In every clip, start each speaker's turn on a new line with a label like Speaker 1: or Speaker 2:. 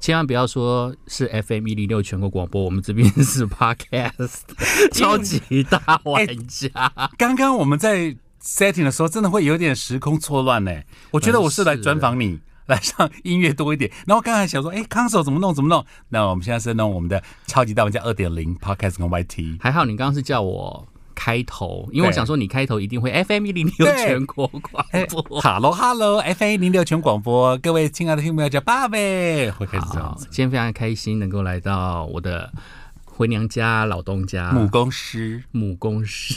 Speaker 1: 千万不要说是 FM 一零六全国广播，我们这边是 Podcast，超级大玩家。
Speaker 2: 刚刚我们在 setting 的时候，真的会有点时空错乱呢。我觉得我是来专访你，来上音乐多一点。然后刚才想说，哎、康手怎么弄怎么弄？那我们现在是弄我们的超级大玩家二点零 podcast 跟 YT。
Speaker 1: 还好你刚刚是叫我开头，因为我
Speaker 2: 对
Speaker 1: 想说你开头一定会 FM 一零六
Speaker 2: 对
Speaker 1: 全国广
Speaker 2: 哎
Speaker 1: 播。
Speaker 2: ，Hello Hello，F A 零六全广播，各位亲爱的听众朋友，叫爸呗，会开始这样
Speaker 1: 好
Speaker 2: 子。，
Speaker 1: 今天非常开心能够来到我的回娘家老东家
Speaker 2: 母公师，
Speaker 1: 母公 师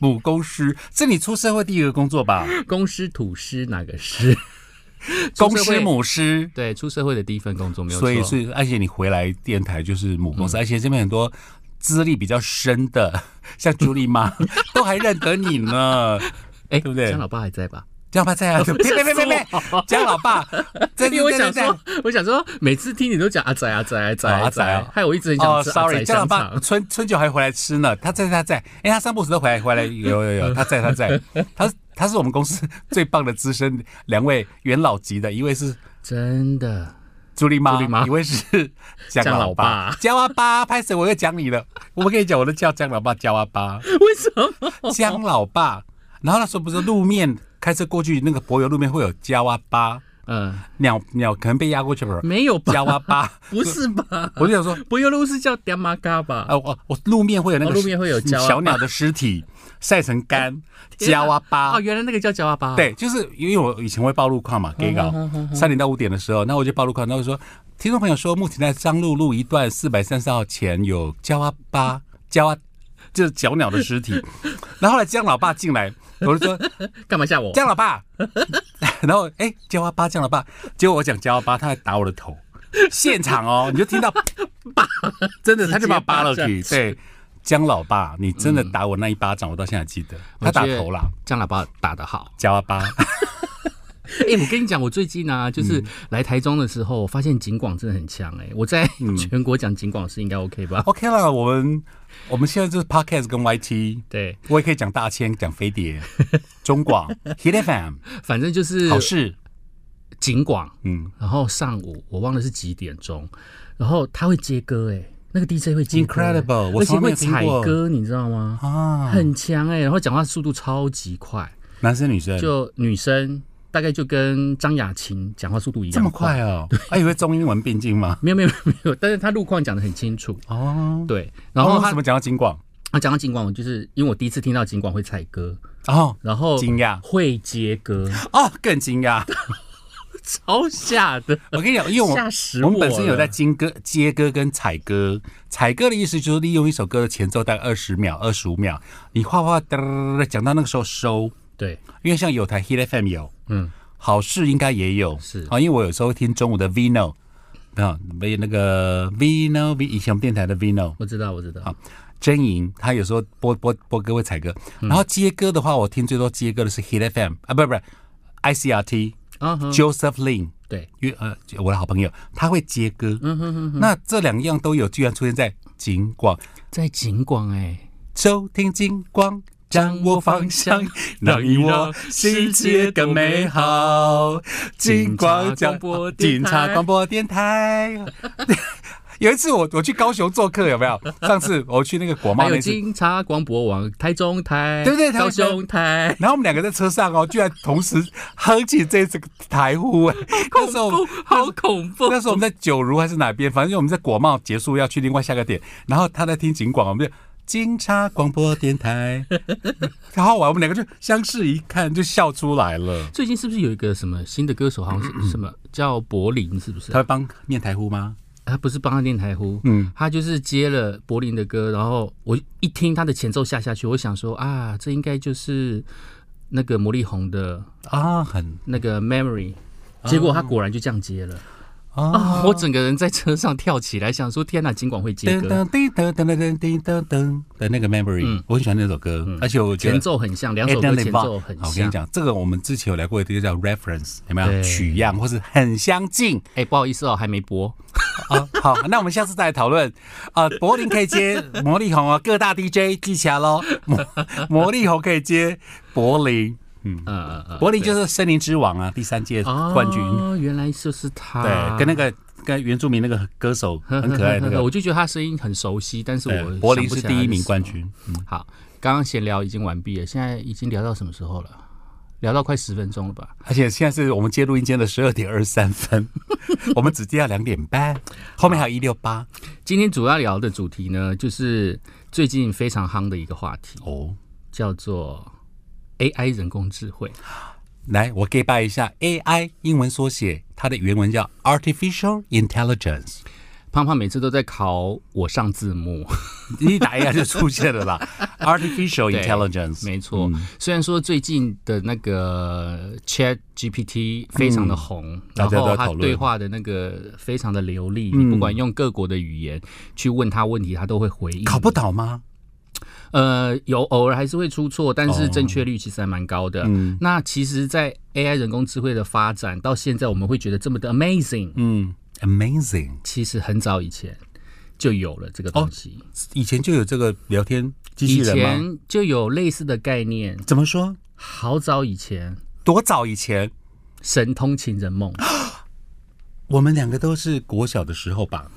Speaker 2: 母公师，是你出社会第一个工作吧？
Speaker 1: 公师土师哪个师？出社
Speaker 2: 公
Speaker 1: 会
Speaker 2: 师母师，
Speaker 1: 对出社会的第一份工作没有错，嗯
Speaker 2: 所以是，而且你回来电台就是母公司，而且这边很多资历比较深的，像朱 莉妈都还认得你呢。
Speaker 1: 哎，
Speaker 2: 对不对
Speaker 1: 江老爸还在吧？
Speaker 2: 江老 爸在啊，别别别别别，江老爸，在
Speaker 1: 因为我想，
Speaker 2: 在在
Speaker 1: 说，我想说，每次听你都讲阿仔阿仔阿仔
Speaker 2: 哦
Speaker 1: 阿
Speaker 2: 阿仔
Speaker 1: 仔
Speaker 2: 哦，
Speaker 1: 害我一直很
Speaker 2: 哦
Speaker 1: 想吃阿
Speaker 2: ，sorry，
Speaker 1: 仔
Speaker 2: 江老
Speaker 1: 香
Speaker 2: 爸
Speaker 1: 肠。
Speaker 2: 春春酒还回来吃呢，他在他在，哎，他三不五时都回来回来，有有有，他在 他在，他他是我们公司最棒的资深两位元老级的，一位是
Speaker 1: 真 的，
Speaker 2: 朱莉妈，
Speaker 1: 朱莉妈
Speaker 2: 一 位是江
Speaker 1: 江
Speaker 2: 老
Speaker 1: 老爸
Speaker 2: 爸，江老爸，拍死我又讲你了，我跟你讲，我都叫江老爸，江老 爸。
Speaker 1: 为什么？
Speaker 2: 江老爸。然后那时候不是路面开车过去，那个柏油路面会有加哇巴
Speaker 1: 嗯，
Speaker 2: 鸟鸟，可能被压过 去了。
Speaker 1: 没有吧？
Speaker 2: 加哇巴，
Speaker 1: 不是吧？
Speaker 2: 我就想说，
Speaker 1: 柏油路是叫嗲玛嘎吧？
Speaker 2: 啊，我我路面会有那个、
Speaker 1: 哦路面会有加哇巴
Speaker 2: 小鸟的尸体晒成 干，加哇巴。
Speaker 1: 哦，原来那个叫加哇巴。，
Speaker 2: 啊对，就是因为我以前会报路况嘛，给稿三点到五点的时候，那我就报路况，然后说听众朋友说，目前在张路路一段四百三十号前有加哇巴加哇，啊就是小鸟 的尸体。然后后来江老爸进来，我就说
Speaker 1: 干嘛吓我？
Speaker 2: 姜老爸， 然后哎，姜老爸，姜老爸，结果我讲姜老爸，他还打我的头，现场哦， 你就听到真的，他就把我扒了去。
Speaker 1: 直
Speaker 2: 对，姜老爸，你真的打我那一巴掌，我到现在还记得，
Speaker 1: 嗯
Speaker 2: 他
Speaker 1: 我觉
Speaker 2: 打
Speaker 1: 得
Speaker 2: 头啦，啊
Speaker 1: 江老爸打得好。
Speaker 2: 姜老爸，
Speaker 1: 哎、我跟你讲，我最近啊，
Speaker 2: 嗯
Speaker 1: 就是来台中的时候，我发现警广真的很强哎、我在
Speaker 2: 嗯
Speaker 1: 全国讲警广是应该 OK 吧？
Speaker 2: OK 啦，我们我们现在就是 Podcast 跟 YT。
Speaker 1: 对，
Speaker 2: 我也可以讲大千，讲飞碟，中广 Hit FM，
Speaker 1: 反正 就是
Speaker 2: 好事，
Speaker 1: 警广，
Speaker 2: 嗯，
Speaker 1: 然后上午我忘了是几点钟，然后他会接歌哎、那个 DJ 会接歌哎
Speaker 2: Incredible，我
Speaker 1: 而且
Speaker 2: 从来没
Speaker 1: 会
Speaker 2: 有听过
Speaker 1: 踩歌，你知道吗？
Speaker 2: 啊，
Speaker 1: 很强哎、然后讲话速度超级快，
Speaker 2: 男生女生
Speaker 1: 就女生大概就跟张雅琴讲话速度一样，
Speaker 2: 这么快哦，还以为中英文并进 吗？
Speaker 1: 没有没有没有，但是他路况讲的很清楚，
Speaker 2: 哦，
Speaker 1: 对。然后
Speaker 2: 哦为
Speaker 1: 他
Speaker 2: 什么讲到金广？
Speaker 1: 他讲到金广，我就是因为我第一次听到金广会采歌，
Speaker 2: 哦，
Speaker 1: 然后
Speaker 2: 惊讶
Speaker 1: 会接歌，
Speaker 2: 哦，更惊讶。
Speaker 1: 超吓的，
Speaker 2: 我跟你讲，因为我
Speaker 1: 吓死
Speaker 2: 我
Speaker 1: 我了
Speaker 2: 们本身有在金歌、接歌跟采歌。采歌的意思就是利用一首歌的前奏大概二十秒、二十五秒，你哗哗哒讲到那个时候收。
Speaker 1: 对，
Speaker 2: 因为像有台 Hit FM 有，
Speaker 1: 嗯，
Speaker 2: 好事应该也有
Speaker 1: 是
Speaker 2: 啊，因为我有时候会听中午的 Vino 啊，没那个 Vino V 以前我们电台的 Vino
Speaker 1: 我知道我知道，
Speaker 2: 真莹，她有时候播播播歌会采歌，
Speaker 1: 嗯
Speaker 2: 然后接歌的话，我听最多接歌的是 Hit FM 啊，不不不，ICRT
Speaker 1: 啊哈，
Speaker 2: Joseph Lin。
Speaker 1: 对，
Speaker 2: 约呃我的好朋友，他会接歌。
Speaker 1: 嗯
Speaker 2: 那这两样都有，居然出现在景广，
Speaker 1: 在景广哎、
Speaker 2: 收听景广。掌握方向，让你我世界更美好。景
Speaker 1: 警察广
Speaker 2: 广讲
Speaker 1: 播电
Speaker 2: 警
Speaker 1: 台
Speaker 2: 察广播电台。 有一次我我去高雄做客，有没有？上次我去那个国贸
Speaker 1: 还有
Speaker 2: 那次，
Speaker 1: 金叉广播网、台中台，
Speaker 2: 对对台
Speaker 1: 高
Speaker 2: 中
Speaker 1: 雄台，
Speaker 2: 然后我们两个在车上哦，居然同时哼起这这个台呼。哎那时候
Speaker 1: 恐怖哦好恐怖！
Speaker 2: 那时候我们在九如还是哪边，反正我们在国贸结束要去另外下个点，然后他在听警广，我们就警察广播电台，然后我们两个就相视一看，就笑出来了。
Speaker 1: 最近是不是有一个什么新的歌手，好像是什么叫柏林，是不是
Speaker 2: 嗯他？会帮念台呼吗？
Speaker 1: 他不是帮他练台呼，
Speaker 2: 嗯，
Speaker 1: 他就是接了柏林的歌，然后我一听他的前奏下下去，我想说啊，这应该就是那个魔力红的
Speaker 2: 啊，很
Speaker 1: 那个 Memory，结
Speaker 2: 哦
Speaker 1: 果他果然就这样接了
Speaker 2: 啊，
Speaker 1: 啊！我整个人在车上跳起来，想说天哪，尽管会接
Speaker 2: 噔
Speaker 1: 歌，
Speaker 2: 噔叮噔噔噔噔叮噔噔的那个 memory，我很喜欢那首歌，而且我觉
Speaker 1: 前
Speaker 2: 得。
Speaker 1: 奏很像，两首
Speaker 2: Adam
Speaker 1: 歌
Speaker 2: Levine
Speaker 1: 前奏很
Speaker 2: 好我跟
Speaker 1: 像
Speaker 2: 哎你。讲，这个我们之前有来过一个叫 reference，有没
Speaker 1: 对
Speaker 2: 有取样或是很相近？
Speaker 1: 哎，不好意思哦，还没播。
Speaker 2: 啊，好，那我们下次再来讨论。啊，柏林可以接 魔力红哦，各大 DJ 记起来喽。魔魔力红可以接柏林，
Speaker 1: 嗯嗯嗯，
Speaker 2: 柏林就是森林之王啊，第三届冠军。
Speaker 1: 哦，啊原来就是他，
Speaker 2: 对，跟那个跟原住民那个歌手很可爱那 个，
Speaker 1: 我就觉得他声音很熟悉，但是我
Speaker 2: 对柏林
Speaker 1: 想
Speaker 2: 是
Speaker 1: 不起来
Speaker 2: 第一名
Speaker 1: 什么
Speaker 2: 冠。军。嗯
Speaker 1: 好，刚刚闲聊已经完毕了，现在已经聊到什么时候了？聊到快十分钟了吧？
Speaker 2: 而且现在是我们接录音间的十二点二十三分， 我们只接到两点半，后面还有一六八
Speaker 1: 今天主要聊的主题呢，就是最近非常夯的一个话题，
Speaker 2: 哦。
Speaker 1: 叫做 AI 人工智慧。
Speaker 2: 来，我 give back 一下 AI 英文缩写，它的原文叫 Artificial Intelligence。
Speaker 1: 胖胖每次都在考我上字幕，
Speaker 2: 你一打 AI 就出 现了啦，Artificial
Speaker 1: 对
Speaker 2: Intelligence。
Speaker 1: 没错。
Speaker 2: 嗯
Speaker 1: 虽然说最近的那个 Chat GPT 非常的红，
Speaker 2: 嗯大
Speaker 1: 然
Speaker 2: 家都
Speaker 1: 后
Speaker 2: 在
Speaker 1: 它
Speaker 2: 讨论嗯
Speaker 1: 对话的那个非常的流利，你不管用各国的语言去问他问题，他都会回应。
Speaker 2: 考不倒吗？
Speaker 1: 呃，有偶尔还是会出错，但是正确率其实还蛮高的。
Speaker 2: 嗯
Speaker 1: 那其实，在 AI 人工智慧的发展到现在，我们会觉得这么的 amazing，、
Speaker 2: 嗯，Amazing。
Speaker 1: 其实很早以前就有了这个东西，
Speaker 2: 以前就有这个聊天哦机器
Speaker 1: 以
Speaker 2: 人吗？
Speaker 1: 前就有类似的概念，
Speaker 2: 怎么说？
Speaker 1: 好早以前，《
Speaker 2: 多早以前？
Speaker 1: 神通情人梦》
Speaker 2: 我们两个都是国小的时候吧？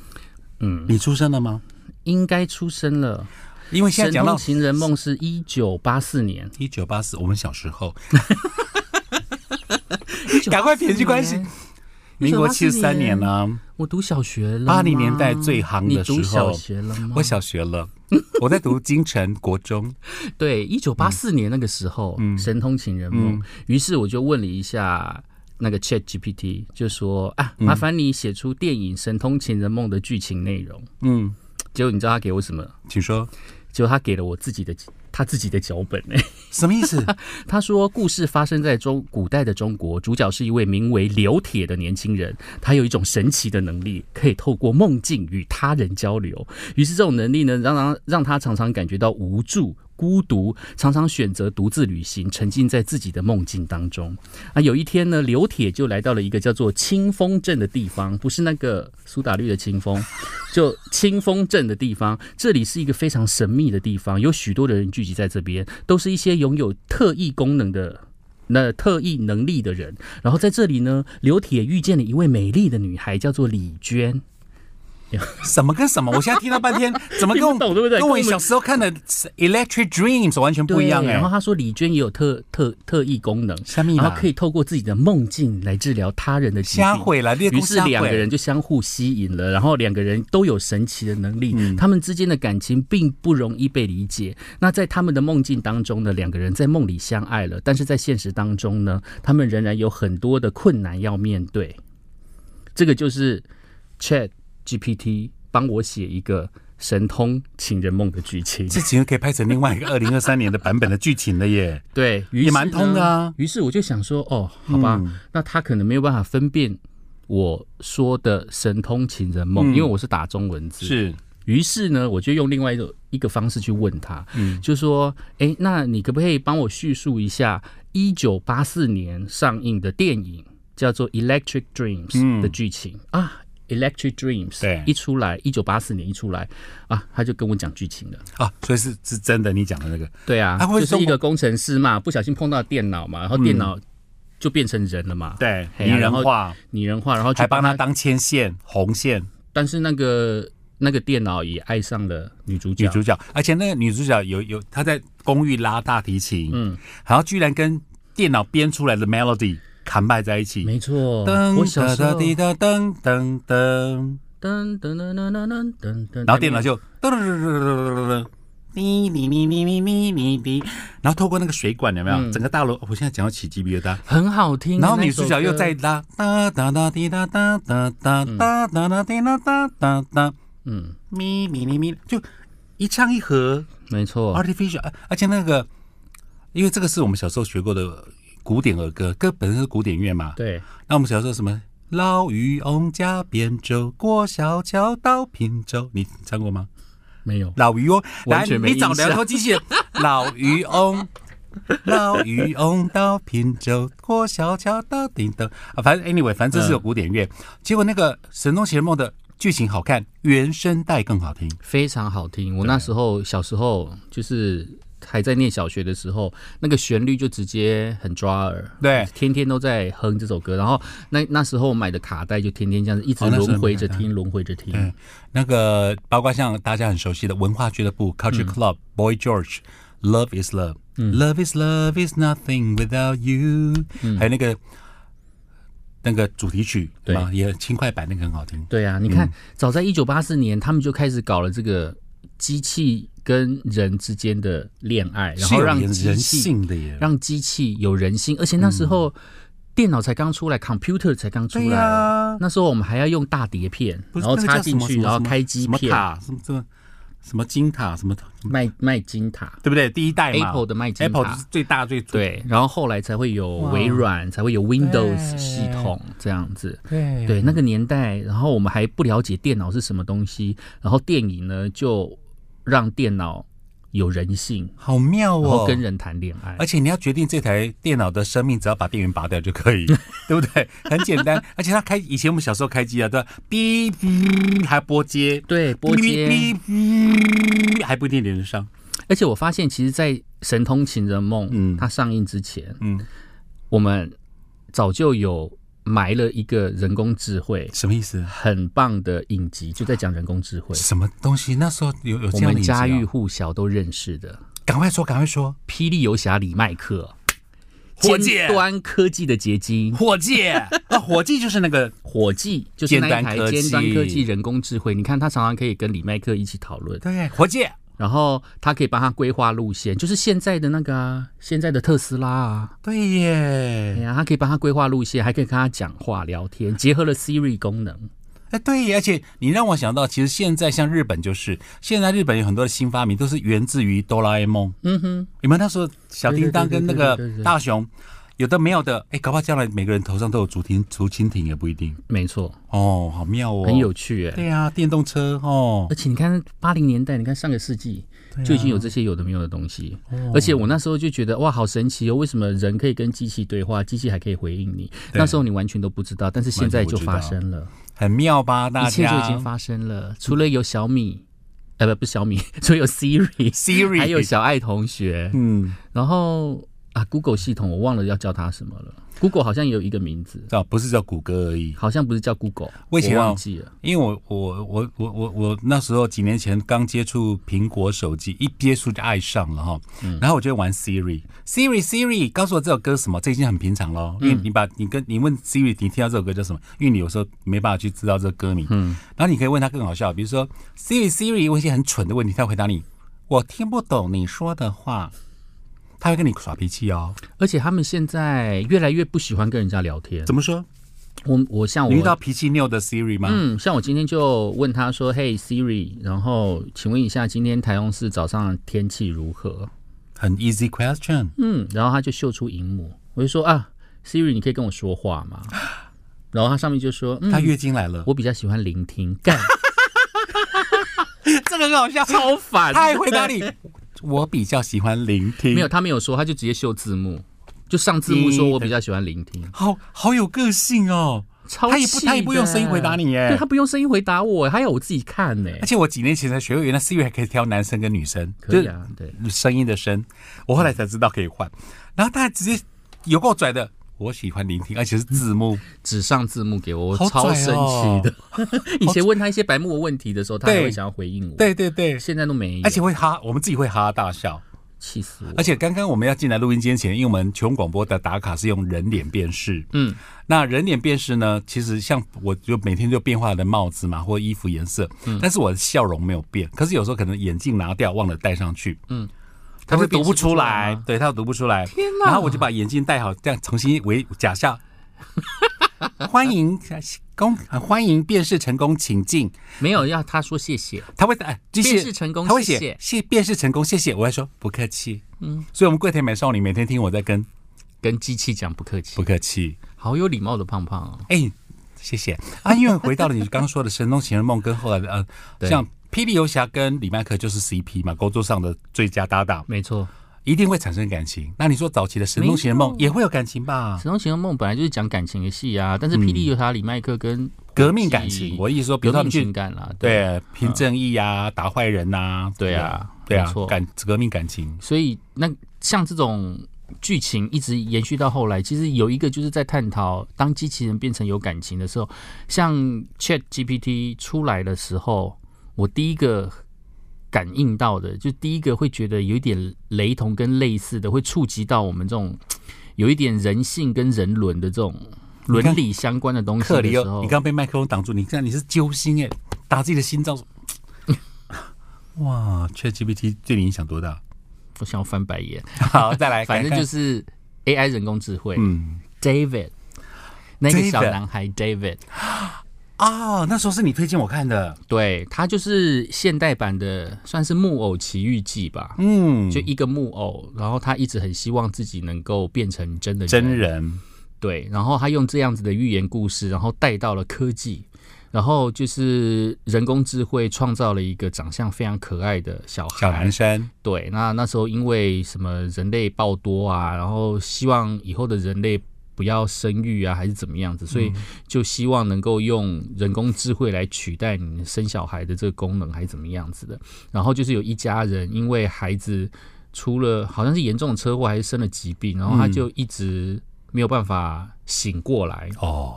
Speaker 2: 嗯，你出生了吗？
Speaker 1: 应该出生了，
Speaker 2: 因为
Speaker 1: 《
Speaker 2: 现在
Speaker 1: 神
Speaker 2: 讲到
Speaker 1: 通情人梦》是一九八四年，
Speaker 2: 一九八四，我们小时候， 赶快撇清关系
Speaker 1: 1984年。
Speaker 2: 民国七十三
Speaker 1: 1984
Speaker 2: 年呢、
Speaker 1: 我读小学了吗，
Speaker 2: 八零年代最夯的时候
Speaker 1: 你读小学了吗？
Speaker 2: 我小学了，我在读京城国中。
Speaker 1: 对，一九八四年那个时候，
Speaker 2: 嗯
Speaker 1: 神通情人梦》于是我就问了一下那个 Chat GPT，就说啊，
Speaker 2: 嗯
Speaker 1: 麻烦你写出电影《神通情人梦》的剧情内容。
Speaker 2: 嗯，
Speaker 1: 结果你知道他给我什么？
Speaker 2: 请说，
Speaker 1: 结果他给了我自己的他自己的脚本、欸。
Speaker 2: 什么意 思？
Speaker 1: 他说，故事发生在中古代的中国，主角是一位名为刘铁的年轻人，他有一种神奇的能力，可以透过梦境与他人交流。于是这种能力呢，让让让他常常感觉到无助。孤独常常选择独自旅行，沉浸在自己的梦境当中。啊，有一天呢，刘铁就来到了一个叫做清风镇的地方，不是那个苏打绿的清风，就清风镇的地方，这里是一个非常神秘的地方，有许多的人聚集在这边，都是一些拥有特异功能的。那特异能力的人，然后在这里呢，刘铁遇见了一位美丽的女孩，叫做李娟。
Speaker 2: 什么跟什么？我现在听到半天，怎么跟我
Speaker 1: 你不懂对不对
Speaker 2: 跟
Speaker 1: 跟我
Speaker 2: 我
Speaker 1: 们
Speaker 2: 小时候看的《Electric Dreams》完全不一样
Speaker 1: 对
Speaker 2: 哎、
Speaker 1: 然后他说李娟也有特特特异功能，
Speaker 2: 虾米啦
Speaker 1: 然后可以透过自己的梦境来治疗他人的疾
Speaker 2: 瞎
Speaker 1: 病。
Speaker 2: 毁了，猎
Speaker 1: 于
Speaker 2: 狗
Speaker 1: 是
Speaker 2: 瞎
Speaker 1: 两个
Speaker 2: 毁。
Speaker 1: 人就相互吸引了，然后两个人都有神奇的能力，他们之间的感情并不容易被理解。那在他们的梦境当中呢，两个人在梦里相爱了，但是在现实当中呢，他们仍然有很多的困难要面对。这个就是 Chat GPT 帮我写一个神通情人梦的剧情。
Speaker 2: 这情可以拍成另外一个二零二三年的版本的剧情了耶！
Speaker 1: 对，于
Speaker 2: 也
Speaker 1: 是
Speaker 2: 蛮
Speaker 1: 呢
Speaker 2: 通的啊嗯
Speaker 1: 于是我就想说，哦，好吧，那他可能没有办法分辨我说的神通情人梦，因为我是打中文字。。
Speaker 2: 嗯是
Speaker 1: 于是呢，我就用另外一种一个方式去问他，
Speaker 2: 嗯
Speaker 1: 就说，哎，那你可不可以帮我叙述一下一九八四年上映的电影叫做《Electric Dreams》的剧情、啊？《Electric Dreams》
Speaker 2: 嗯对
Speaker 1: 一出来，一九八四年一出来啊，他就跟我讲剧情了。
Speaker 2: 啊，所以是是真的，你讲的那个
Speaker 1: 对啊，
Speaker 2: 他会
Speaker 1: 就是一
Speaker 2: 送嗯
Speaker 1: 个工程师嘛，不小心碰到电脑嘛，然后电脑就变成人了嘛，
Speaker 2: 对拟
Speaker 1: 嘿啊
Speaker 2: 人
Speaker 1: 然后
Speaker 2: 化，
Speaker 1: 拟人化，然后去
Speaker 2: 还帮他
Speaker 1: 他，
Speaker 2: 当牵线、红线
Speaker 1: 但是那个那个电脑也爱上了女主角，
Speaker 2: 女主角，而且那个女主角有有她在公寓拉大提琴，嗯，然后居然跟电脑编出来的 melody 砍麦在一起，
Speaker 1: 没错，
Speaker 2: 噔
Speaker 1: 我小
Speaker 2: 噔
Speaker 1: 时候
Speaker 2: 噔滴噔噔噔噔，
Speaker 1: 噔噔噔噔噔噔噔噔，
Speaker 2: 然后电脑就噔噔噔噔噔噔噔。滴滴滴滴滴滴滴滴，然后透过那个水管有没有？整个大楼，我现在讲到起鸡皮疙瘩。
Speaker 1: 很好听，
Speaker 2: 然后女主角又在拉哒哒哒滴哒哒哒哒哒哒哒滴哒哒哒哒，
Speaker 1: 嗯，
Speaker 2: 咪咪咪咪，就一唱一和
Speaker 1: 没错，
Speaker 2: ，artificial，呃而且那个，因为这个是我们小时候学过的古典儿歌，歌本身是古典乐嘛，
Speaker 1: 对，
Speaker 2: 那我们小时候什么老渔翁家扁舟，过小桥到平洲，你唱过吗？
Speaker 1: 没有，
Speaker 2: 老渔翁，
Speaker 1: 完
Speaker 2: 来
Speaker 1: 全没
Speaker 2: 你找
Speaker 1: 印象
Speaker 2: 聊头机 器人，老渔翁。老渔翁到平洲，过小桥到顶头。啊，反正 anyway，反正这是有
Speaker 1: 嗯
Speaker 2: 古典乐。结果那个《神农奇人梦》的剧情好看，原声带更好听。
Speaker 1: 非常好听。我那时候小时候就是还在念小学的时候，那个旋律就直接很抓耳，
Speaker 2: 对，
Speaker 1: 天天都在哼这首歌。然后那那时候买的卡带就天天这样子一直
Speaker 2: 哦那时候
Speaker 1: 轮回着
Speaker 2: 买的
Speaker 1: 听，轮回着听。
Speaker 2: 对那个包括像大家很熟悉的文化俱乐部
Speaker 1: 嗯
Speaker 2: Culture Club、Boy George、Love is Love、Love is Love is Nothing Without You，、还有那个那个主题曲
Speaker 1: 嗯对
Speaker 2: 啊，也轻快版那个很好听。
Speaker 1: 对啊，你看，早在一九八四年，他们就开始搞了这个机器跟人之间的恋爱，然
Speaker 2: 是
Speaker 1: 后
Speaker 2: 有
Speaker 1: 让
Speaker 2: 人
Speaker 1: 机器
Speaker 2: 性的耶，
Speaker 1: 让机器有人性，而且那时候电脑才刚出来，computer 才刚出
Speaker 2: 对
Speaker 1: 来。
Speaker 2: 呀、
Speaker 1: 那时候我们还要用大碟片，
Speaker 2: 不
Speaker 1: 然
Speaker 2: 是
Speaker 1: 后
Speaker 2: 那个
Speaker 1: 插
Speaker 2: 叫
Speaker 1: 进
Speaker 2: 什么
Speaker 1: 去，
Speaker 2: 什么
Speaker 1: 然后
Speaker 2: 什么
Speaker 1: 开机
Speaker 2: 什么
Speaker 1: 片，
Speaker 2: 塔什么什么什么金塔什么塔，
Speaker 1: 卖卖金塔
Speaker 2: 对不对？第一代嘛
Speaker 1: ，Apple 的卖金
Speaker 2: Apple
Speaker 1: 塔
Speaker 2: 是，最大最主
Speaker 1: 对，然后后来才会有
Speaker 2: 哇
Speaker 1: 微软，才会有 Windows
Speaker 2: 对
Speaker 1: 系统这样子。
Speaker 2: 对
Speaker 1: 对，那个年代，然后我们还不了解电脑是什么东西，然后电影呢就让电脑有人性，
Speaker 2: 好妙
Speaker 1: 然
Speaker 2: 哦
Speaker 1: 后，跟人谈恋爱
Speaker 2: 而。且你要决定这台电脑的生命，只要把电源拔掉就 可以，对不对？很简单。而且它开，以前我们小时候开机啊，对吧？哔，哔还拨接，
Speaker 1: 对，波接。
Speaker 2: 哔，哔哔还不一定连得上。
Speaker 1: 而且我发现，其实，在《神通情人梦》
Speaker 2: 嗯
Speaker 1: 它上映之前，
Speaker 2: 嗯，
Speaker 1: 我们早就有埋了一个人工智慧
Speaker 2: 什么意思？
Speaker 1: 很棒的影集，就在讲人工智慧，
Speaker 2: 什么东西？那时候有有
Speaker 1: 我
Speaker 2: 这样的
Speaker 1: 们
Speaker 2: 影集啊
Speaker 1: 家喻户晓都认识的
Speaker 2: 赶快说，赶快说，
Speaker 1: 《霹雳游侠》里麦克，
Speaker 2: 火箭
Speaker 1: 尖端科技的结晶。
Speaker 2: 火箭啊，火箭 就是那个
Speaker 1: 火计就是那一
Speaker 2: 尖端
Speaker 1: 台
Speaker 2: 科技
Speaker 1: 尖端科技人工智慧，你看他常常可以跟李麦克一起讨论，
Speaker 2: 对，火箭。
Speaker 1: 然后他可以帮他规划路线，就是现在的那个啊，现在的特斯拉啊，
Speaker 2: 对
Speaker 1: 哎
Speaker 2: 耶，
Speaker 1: 呀，他可以帮他规划路线，还可以跟他讲话聊天，结合了 Siri 功能，
Speaker 2: 哎对耶，而且你让我想到，其实现在像日本就是，现在日本有很多的新发明都是源自于哆啦 A 梦。
Speaker 1: 嗯哼，
Speaker 2: 你们那时候小叮当跟那个
Speaker 1: 对对对对对对
Speaker 2: 大雄，有的没有的，哎，搞不好将来每个人头上都有竹蜻竹蜻蜓也不一定
Speaker 1: 没错，
Speaker 2: 哦，好妙哦，
Speaker 1: 很有趣哎、
Speaker 2: 对啊，电动车哦
Speaker 1: 而，且你看八零年代，你看上个世纪就已经有这些有的没有的东西，而且我那时候就觉得哇，好神奇哦！为什么人可以跟机器对话，机器还可以回应你？
Speaker 2: 对
Speaker 1: 那时候你完全都不知道，但是现在
Speaker 2: 完全
Speaker 1: 就
Speaker 2: 不知道
Speaker 1: 发生了。
Speaker 2: 很妙吧？大
Speaker 1: 一切就已
Speaker 2: 家
Speaker 1: 经发生了，除了有小米，呃，不不是小米， 除了有 Siri，
Speaker 2: Siri
Speaker 1: 还有小爱同学，
Speaker 2: 嗯，
Speaker 1: 然后啊，Google 系统我忘了要叫它什么了。Google 好像有一个名字，
Speaker 2: 这啊不是叫谷歌而已，
Speaker 1: 好像不是叫 Google，
Speaker 2: 为什么
Speaker 1: 忘记了？
Speaker 2: 因为我我我我我我那时候几年前刚接触苹果手机，一接触就爱上了哈。然后我就玩 Siri，Siri Siri，告诉我这首歌是什么，这已经很平常了。因为你把你跟你问 Siri，你听到这首歌叫什么？因为你有时候没办法去知道这个歌名。嗯，然后你可以问他更好笑，比如说 Siri Siri，问一些很蠢的问题，他回答你我听不懂你说的话，他会跟你耍脾气哦。
Speaker 1: 而且他们现在越来越不喜欢跟人家聊天。
Speaker 2: 怎么说？
Speaker 1: 我我像
Speaker 2: 你遇到
Speaker 1: 我。
Speaker 2: 脾气拗的 Siri 吗？
Speaker 1: 嗯，像我今天就问他说：“嘿 Siri，然后请问一下，今天台中市早上天气如何？”
Speaker 2: 很 easy question。
Speaker 1: 嗯，然后他就秀出荧幕，我就说啊，Siri，你可以跟我说话吗？ 然后他上面就说，嗯，
Speaker 2: 他月经来了，
Speaker 1: 我比较喜欢聆听，干
Speaker 2: 这个很好笑。
Speaker 1: 超烦，
Speaker 2: 他还回答你， 我比较喜欢聆听。
Speaker 1: 没有，，他没有说，他就直接秀字幕，就上字幕说我比较喜欢聆听，
Speaker 2: 好好有个性哦。
Speaker 1: 超
Speaker 2: 他也不
Speaker 1: 气
Speaker 2: 他也不用
Speaker 1: 的
Speaker 2: 声音回答你耶
Speaker 1: 对他不用声音回答我，哎还要我自己看呢，
Speaker 2: 而且我几年前才学会，原来 Siri 还可以挑男生跟女生，
Speaker 1: 可以啊，对，
Speaker 2: 就是声音的声。我后来才知道可以换，然后他还直接有够拽的。我喜欢聆听，而且是字幕。
Speaker 1: 只上字幕给我，我
Speaker 2: 好
Speaker 1: 超
Speaker 2: 拽
Speaker 1: 生
Speaker 2: 哦
Speaker 1: 气的。 以前问他一些白目的问题的时候，他还会想要回应我，，
Speaker 2: 对对对，
Speaker 1: 现在都没有，
Speaker 2: 而且会哈，我们自己会哈哈大笑。
Speaker 1: 气死我，
Speaker 2: 而且刚刚我们要进来录音间前，因为我们全广播的打卡是用人脸辨识。
Speaker 1: 嗯，
Speaker 2: 那人脸辨识呢，其实像我就每天就变化我的帽子嘛，或衣服颜色，
Speaker 1: 嗯
Speaker 2: 但是我的笑容没有变。可是有时候可能眼镜拿掉，忘了戴上去，嗯，他
Speaker 1: 它会
Speaker 2: 会
Speaker 1: 辨识
Speaker 2: 读不
Speaker 1: 不
Speaker 2: 出
Speaker 1: 出
Speaker 2: 来，
Speaker 1: 来吗
Speaker 2: 对，他读不出来。
Speaker 1: 天哪
Speaker 2: 然后我就把眼镜戴好，这样重新为假笑。欢迎公，欢迎辨识成功，请进。
Speaker 1: 没有要他说谢谢，
Speaker 2: 他会哎，谢谢
Speaker 1: 辨识成功
Speaker 2: 他会
Speaker 1: 谢
Speaker 2: 写
Speaker 1: 谢
Speaker 2: 谢辨识成功，谢谢。我会说不客气，嗯，所以我们跪田美少女每天听我在跟
Speaker 1: 跟机器讲不客气
Speaker 2: 不，客气，
Speaker 1: 好有礼貌的胖胖哦。
Speaker 2: 哎，谢谢啊。因为回到了你刚刚说的《神农情人梦》跟后来的呃，
Speaker 1: 对
Speaker 2: 像霹雳游侠跟李麦克就是 CP 嘛，工作上的最佳搭档。
Speaker 1: 没错，
Speaker 2: 一定会产生感情。那你说早期的《神农行的梦
Speaker 1: 没》错
Speaker 2: 也会有感情吧？
Speaker 1: 神农行的梦》本来就是讲感情的戏啊，但是《霹雳有塔》里麦克跟
Speaker 2: 革命感情，我的意思说，比
Speaker 1: 革
Speaker 2: 如他们
Speaker 1: 命
Speaker 2: 去
Speaker 1: 情感啦，对
Speaker 2: 对拼正义啊，打坏人呐，
Speaker 1: 对，啊，
Speaker 2: 对
Speaker 1: 没
Speaker 2: 啊
Speaker 1: 错，
Speaker 2: 感革命感情，
Speaker 1: 所以那像这种剧情一直延续到后来，其实有一个就是在探讨，当机器人变成有感情的时候，像 Chat GPT 出来的时候，我第一个感应到的，就第一个会觉得有一点雷同跟类似的，会触及到我们这种有一点人性跟人伦的这种伦理相关的东西
Speaker 2: 克
Speaker 1: 的
Speaker 2: 里
Speaker 1: 时
Speaker 2: 又，
Speaker 1: 候
Speaker 2: 你，刚被麦克风挡住，你看你是揪心哎，打自己的心脏。哇，ChatGPT 对你影响多大？
Speaker 1: 我想要翻白眼，
Speaker 2: 好，再来，
Speaker 1: 反正就是是 AI 人工智慧、
Speaker 2: 嗯
Speaker 1: David 那个小
Speaker 2: David
Speaker 1: 男孩 David。
Speaker 2: 啊，那时候是你推荐我看的，
Speaker 1: 对，它就是现代版的，算是《木偶奇遇记》吧。
Speaker 2: 嗯，
Speaker 1: 就一个木偶，然后他一直很希望自己能够变成真的人
Speaker 2: 真人
Speaker 1: 对，然后他用这样子的寓言故事，然后带到了科技，然后就是人工智慧创造了一个长相非常可爱的小孩。
Speaker 2: 小男生，
Speaker 1: 对，那那时候因为什么人类暴多啊，然后希望以后的人类不要生育啊，还是怎么样子，所以就希望能够用人工智慧来取代你生小孩的这个功能，还是怎么样子的。然后就是有一家人因为孩子出了好像是严重的车祸，还是生了疾病，然后他就一直没有办法醒过来。
Speaker 2: 哦，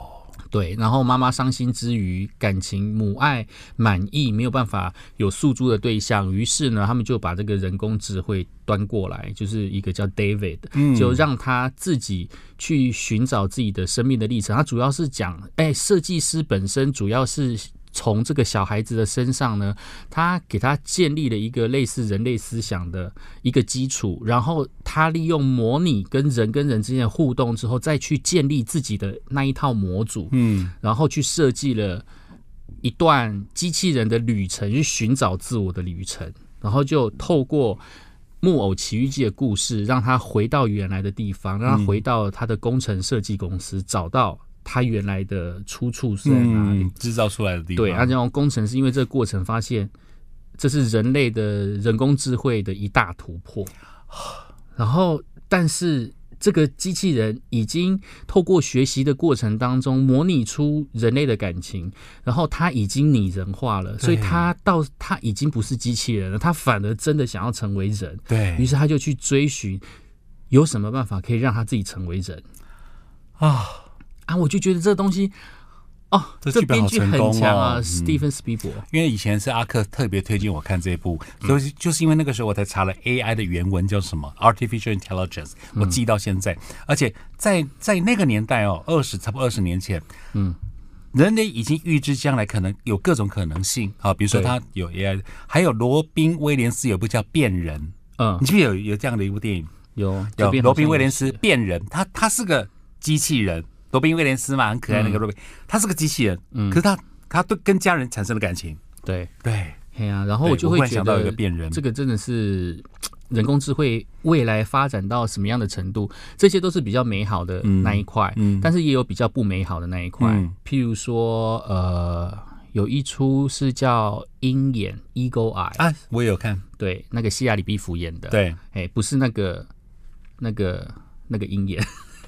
Speaker 1: 对，然后妈妈伤心之余，感情母爱满意，没有办法有诉诸的对象，于是呢，他们就把这个人工智慧端过来，就是一个叫 David，、就让他自己去寻找自己的生命的历程。他主要是讲，哎，设计师本身主要是。从这个小孩子的身上呢，他给他建立了一个类似人类思想的一个基础，然后他利用模拟跟人跟人之间的互动之后，再去建立自己的那一套模组，
Speaker 2: 嗯，
Speaker 1: 然后去设计了一段机器人的旅程，去寻找自我的旅程，然后就透过《木偶奇遇记》的故事，让他回到原来的地方，让他回到他的工程设计公司，找到他原来的出处是在哪里。
Speaker 2: 嗯，制造出来的地方，
Speaker 1: 对，啊他这种工程是因为这个过程发现，这是人类的人工智慧的一大突破。然后，但是这个机器人已经透过学习的过程当中，模拟出人类的感情，然后它已经拟人化了，所以它到它已经不是机器人了，它反而真的想要成为人，于
Speaker 2: 对
Speaker 1: 是他就去追寻有什么办法可以让他自己成为人
Speaker 2: 啊，
Speaker 1: 啊！我就觉得这东西。哦，
Speaker 2: 这
Speaker 1: 这
Speaker 2: 剧本
Speaker 1: 编
Speaker 2: 好
Speaker 1: 剧
Speaker 2: 成
Speaker 1: 很
Speaker 2: 功
Speaker 1: 强
Speaker 2: 哦
Speaker 1: 啊，
Speaker 2: 嗯
Speaker 1: 史蒂芬·斯皮伯。
Speaker 2: 因为以前是阿克特别推荐我看这一部，
Speaker 1: 嗯
Speaker 2: 所以就是因为那个时候我才查了 AI 的原文叫什么 artificial intelligence，我
Speaker 1: 嗯
Speaker 2: 记到现在，而且在在那个年代哦，二十差不多二十年前，
Speaker 1: 嗯。
Speaker 2: 人类已经预知将来可能有各种可能性啊，比如说
Speaker 1: 对
Speaker 2: 他有 AI，还有罗宾威廉斯有部叫《变人》，
Speaker 1: 嗯
Speaker 2: 你，记不记得有有这样的一部电影？
Speaker 1: 有
Speaker 2: 有
Speaker 1: 这边好
Speaker 2: 罗
Speaker 1: 像
Speaker 2: 宾威
Speaker 1: 有
Speaker 2: 廉斯变人，他他是个机器人，罗宾威廉斯嘛，很可爱
Speaker 1: 嗯
Speaker 2: 那个罗宾，他是个机器人，可是他他对跟家人产生了感情，
Speaker 1: 对，
Speaker 2: 对，
Speaker 1: 嘿呀、然后
Speaker 2: 对
Speaker 1: 我就
Speaker 2: 我
Speaker 1: 会
Speaker 2: 忽然
Speaker 1: 觉
Speaker 2: 想到
Speaker 1: 得
Speaker 2: 有个变人
Speaker 1: 这个真的是人工智慧未来发展到什么样的程度，这些都是比较美好的那一块，
Speaker 2: 嗯
Speaker 1: 但是也有比较不美好的那一块，
Speaker 2: 嗯
Speaker 1: 譬如说呃。有一出是叫《鹰眼》（Eagle Eye），、
Speaker 2: 啊，我也有看，
Speaker 1: 对，那个希亚里毕福演的。，
Speaker 2: 对，
Speaker 1: 哎，不是那个、那个、那个鹰眼，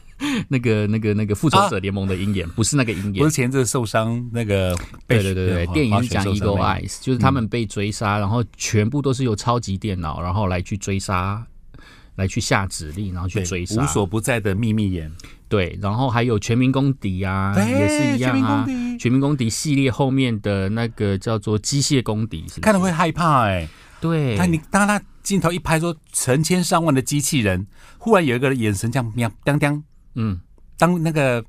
Speaker 1: 那个、那个、那个复仇者联盟的鹰眼，不是那个鹰眼
Speaker 2: 啊不是，前一阵受伤那个被
Speaker 1: 对对对对，电影是讲 Eagle
Speaker 2: Eye，
Speaker 1: Eyes，就是
Speaker 2: 嗯
Speaker 1: 他们被追杀，然后全部都是由超级电脑，然后来去追杀，来去下指令，然后去
Speaker 2: 对，
Speaker 1: 追杀。
Speaker 2: 无所不在的秘密眼，哎
Speaker 1: 对，然后还有全民公敌啊，
Speaker 2: 对
Speaker 1: 也是一样啊
Speaker 2: 全民公。敌
Speaker 1: 全民公敌系列后面的那个叫做机械公敌，是不是
Speaker 2: 看了会害怕哎、
Speaker 1: 对，
Speaker 2: 但你当他镜头一拍，说成千上万的机器人，忽然有一个眼神这样喵当当，
Speaker 1: 嗯，
Speaker 2: 当那个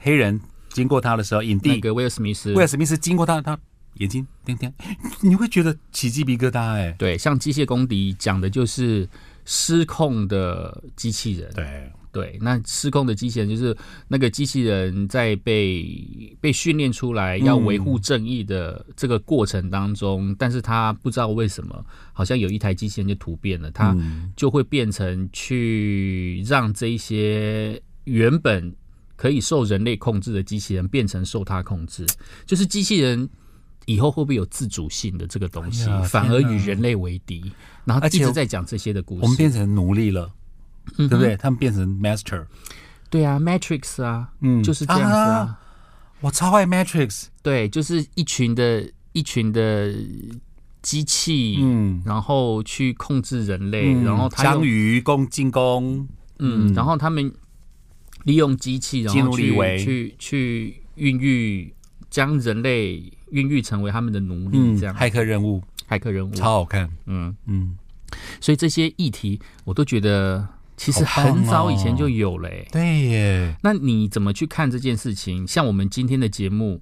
Speaker 2: 黑人经过他的时候，影帝
Speaker 1: 那个威尔史密斯
Speaker 2: 威，尔史密斯经过他，他眼睛叮叮，你会觉得起鸡皮疙瘩哎、
Speaker 1: 对，像机械公敌讲的就是失控的机器人，
Speaker 2: 对，
Speaker 1: 对，那失控的机器人就是那个机器人在被被训练出来要维护正义的这个过程当中，但是他不知道为什么，好像有一台机器人就突变了，
Speaker 2: 嗯
Speaker 1: 它就会变成去让这一些原本可以受人类控制的机器人变成受它控制，就是机器人以后会不会有自主性的这个东西
Speaker 2: 哎呀，
Speaker 1: 反而
Speaker 2: 天哪
Speaker 1: 与人类为敌？然后
Speaker 2: 而
Speaker 1: 一
Speaker 2: 且
Speaker 1: 直在讲这些的故
Speaker 2: 我们
Speaker 1: 事。
Speaker 2: 变成奴隶了，
Speaker 1: 嗯
Speaker 2: 对不对？他们变成 master，
Speaker 1: 对啊，Matrix 啊，
Speaker 2: 嗯
Speaker 1: 就是这样子啊
Speaker 2: 啊我超爱 Matrix，
Speaker 1: 对，就是一群的一群的机器，
Speaker 2: 嗯，
Speaker 1: 然后去控制人类，
Speaker 2: 嗯
Speaker 1: 然后他
Speaker 2: 章
Speaker 1: 用
Speaker 2: 鱼攻进攻，
Speaker 1: 嗯，然后他们利用机器，然
Speaker 2: 进
Speaker 1: 后
Speaker 2: 入立
Speaker 1: 去
Speaker 2: 维
Speaker 1: 去去孕育，将人类孕育成为他们的奴隶，
Speaker 2: 嗯，
Speaker 1: 这样
Speaker 2: 骇客任务
Speaker 1: 骇客人物，
Speaker 2: 超好看，
Speaker 1: 嗯，
Speaker 2: 嗯，
Speaker 1: 所以这些议题我都觉得其实
Speaker 2: 好棒
Speaker 1: 很早
Speaker 2: 哦
Speaker 1: 以前就有了、欸
Speaker 2: 对耶，
Speaker 1: 那你怎么去看这件事情？像我们今天的节目，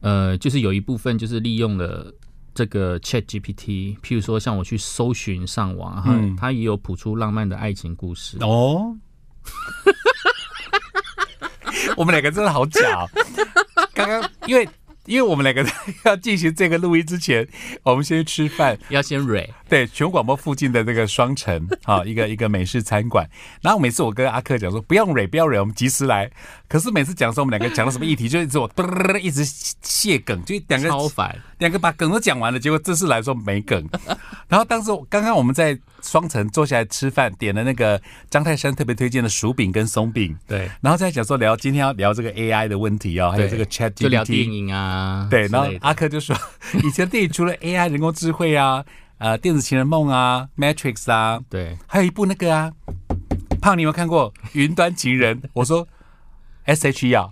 Speaker 1: 呃，就是有一部分就是利用了这个 Chat GPT，譬如说像我去搜寻上网，哈、
Speaker 2: 嗯
Speaker 1: 它也有谱出浪漫的爱情故事。
Speaker 2: 哦。 我们两个真的好假、哦。 刚刚因为因为我们两个在要进行这个录音之前，我们先去吃饭。
Speaker 1: 要先蕊，
Speaker 2: 对，全广播附近的这个双城啊，一个一个美式餐馆。然后每次我跟阿克讲说不要蕊，不要蕊，我们及时来。可是每次讲的时候，我们两个讲到什么议题，就一直我 一直卸梗，就两个
Speaker 1: 超烦。
Speaker 2: 两个把梗都讲完了，结果这次来说没梗。 然后当时我刚刚我们在双城坐下来吃饭，点了那个张泰山特别推荐的薯饼跟松饼，
Speaker 1: 对，
Speaker 2: 然后再讲说聊今天要聊这个 AI 的问题哦，还有这个 Chat
Speaker 1: 就聊电
Speaker 2: GPT，
Speaker 1: 影啊，
Speaker 2: 对，然后
Speaker 1: 之类的
Speaker 2: 阿克就说，以前电影除了 AI 人工智慧啊，呃，电子情人梦啊，Matrix 啊，
Speaker 1: 对，
Speaker 2: 还有一部那个啊，胖你有没有看过《云端情人》？我说 S H E 啊。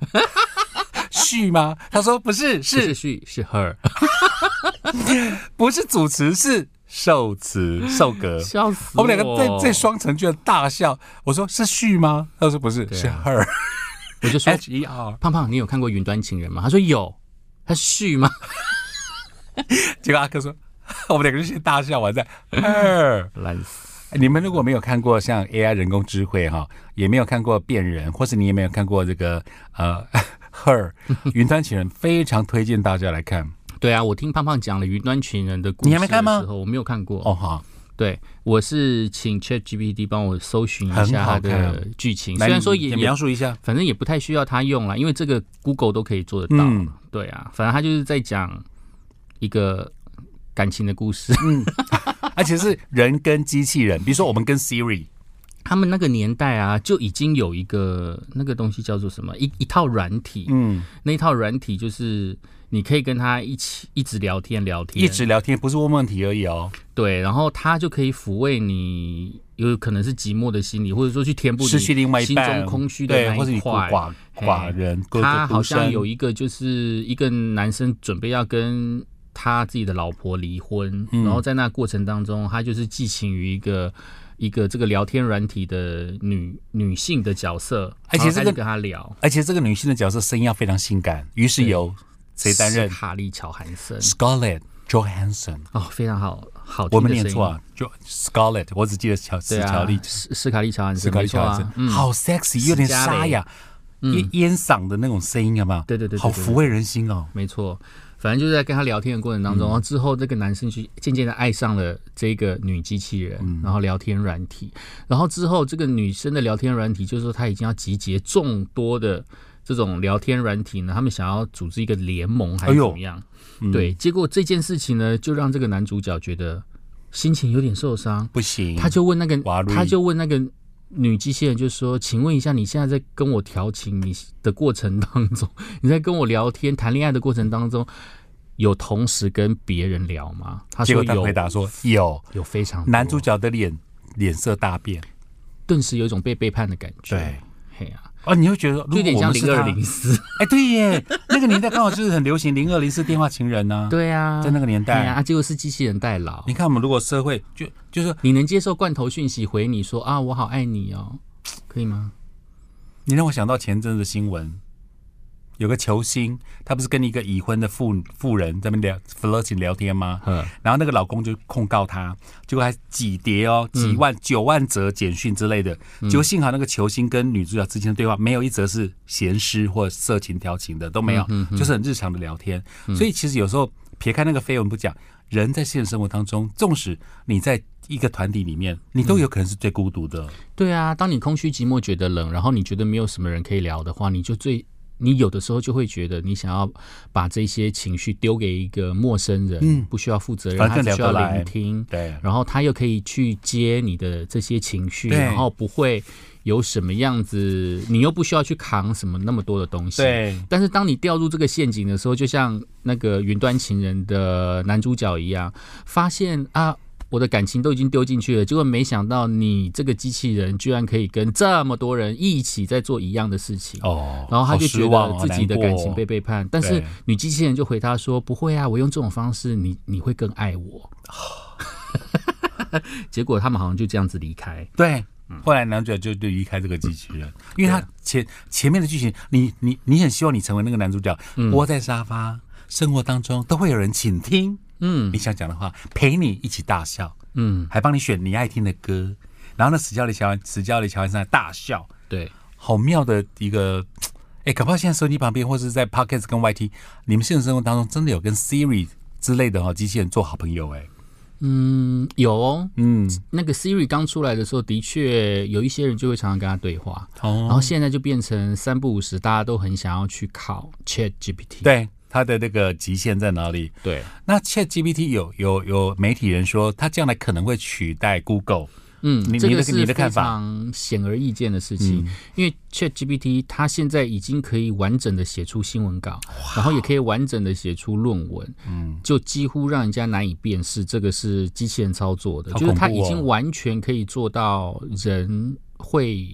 Speaker 2: 续吗？他说不是，
Speaker 1: 不
Speaker 2: 是
Speaker 1: 是是是 her，
Speaker 2: 不是主持是受 词受格。
Speaker 1: 笑死
Speaker 2: 我们两个在在
Speaker 1: 这，
Speaker 2: 双城居然大笑。我说是旭吗？他说不是，
Speaker 1: 对啊
Speaker 2: 是 her
Speaker 1: 我就说
Speaker 2: H E R。
Speaker 1: 胖胖，你有看过《云端情人》吗？他说有，他续吗？
Speaker 2: 结果阿克说， 我们两个就先大笑完再 her。
Speaker 1: 烂死，
Speaker 2: 你们如果没有看过像 AI 人工智慧哈，也没有看过变人，或是你也没有看过这个呃 her 云端情人，非常推荐大家来看。
Speaker 1: 对啊，我听胖胖讲了《云端情人》的故事，
Speaker 2: 你还没看吗
Speaker 1: 时候我没有看过
Speaker 2: 哦，好，
Speaker 1: 对，我是请 Chat GPT 帮我搜寻一
Speaker 2: 很
Speaker 1: 下它
Speaker 2: 好
Speaker 1: 的
Speaker 2: 看啊
Speaker 1: 剧情，
Speaker 2: 来
Speaker 1: 虽然说
Speaker 2: 你
Speaker 1: 也
Speaker 2: 你描
Speaker 1: 也
Speaker 2: 述一下。
Speaker 1: 反正也不太需要它用了，因为这个 Google 都可以做得到。
Speaker 2: 嗯
Speaker 1: 对啊，反正它就是在讲一个感情的故事。
Speaker 2: 嗯， 而且是人跟机器人，比如说我们跟 Siri，
Speaker 1: 他们那个年代啊，就已经有一个那个东西叫做什么一一套软体，
Speaker 2: 嗯，
Speaker 1: 那一套软体就是你可以跟他一起一直聊天聊天，
Speaker 2: 一直聊天，不是问问题而已哦。
Speaker 1: 对，然后他就可以抚慰你，有可能是寂寞的心理，或者说去填补你
Speaker 2: 失去另外一
Speaker 1: 心
Speaker 2: 半，
Speaker 1: 中空虚的
Speaker 2: 对，
Speaker 1: 那
Speaker 2: 或者
Speaker 1: 一
Speaker 2: 你孤
Speaker 1: 块。
Speaker 2: 寡
Speaker 1: 嘿
Speaker 2: 寡人，孤
Speaker 1: 哎他
Speaker 2: 独
Speaker 1: 好
Speaker 2: 孤
Speaker 1: 像
Speaker 2: 身，
Speaker 1: 有一个就是一个男生准备要跟他自己的老婆离婚，
Speaker 2: 嗯
Speaker 1: 然后在那过程当中，他就是寄情于一个。一个这个聊天软体的女女性的角色，
Speaker 2: 而哎且这个
Speaker 1: 然后他就跟他聊，
Speaker 2: 而且这个女性的角色声音要非常性感，于是由谁担任
Speaker 1: 斯卡利乔韩森
Speaker 2: ？Scarlett Johansson，
Speaker 1: 哦，非常好好听
Speaker 2: 我
Speaker 1: 的声
Speaker 2: 们
Speaker 1: 音。
Speaker 2: 念错啊，Jo Scarlett，我只记得乔
Speaker 1: 对
Speaker 2: 斯
Speaker 1: 啊，
Speaker 2: 乔丽，
Speaker 1: 斯斯卡利乔韩
Speaker 2: 斯
Speaker 1: 森，
Speaker 2: 卡
Speaker 1: 没
Speaker 2: 利
Speaker 1: 错
Speaker 2: 乔
Speaker 1: 啊
Speaker 2: 斯，，
Speaker 1: 嗯，
Speaker 2: 好 sexy，有点
Speaker 1: 斯嘉蕾
Speaker 2: 沙哑，烟烟嗓的那种声音，好不好？
Speaker 1: 嗯对对对对
Speaker 2: 好
Speaker 1: 对
Speaker 2: 抚慰人心哦。
Speaker 1: 没错，反正就是在跟他聊天的过程当
Speaker 2: 嗯
Speaker 1: 中，然后之后这个男生就渐渐的爱上了这个女机器人，
Speaker 2: 嗯
Speaker 1: 然后聊天软体，然后之后这个女生的聊天软体就是说她已经要集结众多的这种聊天软体呢，他们想要组织一个联盟还
Speaker 2: 哎
Speaker 1: 是
Speaker 2: 呦嗯
Speaker 1: 怎么样？对，结果这件事情呢，就让这个男主角觉得心情有点受伤，
Speaker 2: 不行，
Speaker 1: 他就问那个
Speaker 2: 瓦，嗯瑞
Speaker 1: 他就问那个女机器人，就说：“请问一下，你现在在跟我调情你的过程当中，你在跟我聊天、谈恋爱的过程当中，有同时跟别人聊吗？”他
Speaker 2: 结
Speaker 1: 说
Speaker 2: 果他
Speaker 1: 有，
Speaker 2: 回答说有，
Speaker 1: 有非常多
Speaker 2: 男主角的脸脸色大变，
Speaker 1: 顿时有一种被背叛的感觉。
Speaker 2: 对，
Speaker 1: 嘿啊，
Speaker 2: 哦，你会觉得
Speaker 1: 就
Speaker 2: 如
Speaker 1: 有
Speaker 2: 果
Speaker 1: 点
Speaker 2: 我
Speaker 1: 像
Speaker 2: 们是
Speaker 1: 零
Speaker 2: 他
Speaker 1: 二零四，
Speaker 2: 哎，对耶，那个年代刚好就是很流行零二零四电话情人呢、
Speaker 1: 对啊，
Speaker 2: 在那个年代
Speaker 1: 嘿啊，啊结果是机器人代劳
Speaker 2: 你。看我们如果社会就就是
Speaker 1: 你能接受罐头讯息回你说啊，我好爱你哦，可以吗？
Speaker 2: 你让我想到前阵子的新闻，有个球星，他不是跟一个已婚的妇妇人在那边聊 flirting 聊天吗？
Speaker 1: 嗯
Speaker 2: 然后那个老公就控告他，结果还几叠哦，几万、九万则简讯之类的。结果幸好那个球星跟女主角之间的对话，没有一则是闲诗或色情调情的，都没有，就是很日常的聊天。所以其实有时候撇开那个绯闻不讲，人在现实生活当中，纵使你在一个团体里面，你都有可能是最孤独的。
Speaker 1: 对啊，当你空虚寂寞觉得冷，然后你觉得没有什么人可以聊的话，你就最你有的时候就会觉得，你想要把这些情绪丢给一个陌生人，
Speaker 2: 嗯
Speaker 1: 不需要负责任，
Speaker 2: 反正
Speaker 1: 他只需要
Speaker 2: 聊得来
Speaker 1: 聆听，
Speaker 2: 对，
Speaker 1: 然后他又可以去接你的这些情绪，
Speaker 2: 对
Speaker 1: 然后不会有什么样子，你又不需要去扛什么那么多的东西。
Speaker 2: 对，
Speaker 1: 但是当你掉入这个陷阱的时候，就像那个《云端情人》的男主角一样，发现啊，我的感情都已经丢进去了，结果没想到你这个机器人居然可以跟这么多人一起在做一样的事情。
Speaker 2: 哦，
Speaker 1: 然后他就
Speaker 2: 好
Speaker 1: 觉
Speaker 2: 失望
Speaker 1: 得
Speaker 2: 哦
Speaker 1: 自己的
Speaker 2: 难过
Speaker 1: 感情被背叛，但是
Speaker 2: 对
Speaker 1: 女机器人就回他说：“不会啊，我用这种方式，你你会更爱 我。”结果他们好像就这样子离开。
Speaker 2: 对。后来男主角就就离开这个机器人，因为他前前面的剧情，你你你很希望你成为那个男主角，
Speaker 1: 嗯
Speaker 2: 窝在沙发，生活当中都会有人倾听
Speaker 1: 嗯
Speaker 2: 你想讲的话，陪你一起大笑，
Speaker 1: 嗯，
Speaker 2: 还帮你选你爱听的歌，然后呢，死教李乔安，死教李乔安上来大笑，
Speaker 1: 对，
Speaker 2: 好妙的一个。哎，搞不好现在手机旁边或是在 Podcast 跟 YT，你们现实生活当中真的有跟 Siri 之类的哈、哦、机器人做好朋友哎、
Speaker 1: 嗯，有哦。
Speaker 2: 嗯，
Speaker 1: 那个 Siri 刚出来的时候，的确有一些人就会常常跟他对话，然
Speaker 2: 哦，
Speaker 1: 后现在就变成三不五时，大家都很想要去考 Chat GPT。
Speaker 2: 对，它的那个极限在哪里？
Speaker 1: 对，
Speaker 2: 那 Chat GPT 有有有媒体人说，它将来可能会取代 Google，
Speaker 1: 嗯
Speaker 2: 你，
Speaker 1: 这
Speaker 2: 你的
Speaker 1: 个是
Speaker 2: 你的看
Speaker 1: 非
Speaker 2: 法嗯
Speaker 1: 常显而易见的事情，因为 Chat GPT 它现在已经可以完整的写出新闻稿，然后也可以完整的写出论文，嗯，就几乎让人家难以辨识这个是机器人操作的，
Speaker 2: 好
Speaker 1: 就是它
Speaker 2: 恐怖
Speaker 1: 已
Speaker 2: 哦
Speaker 1: 经完全可以做到人。会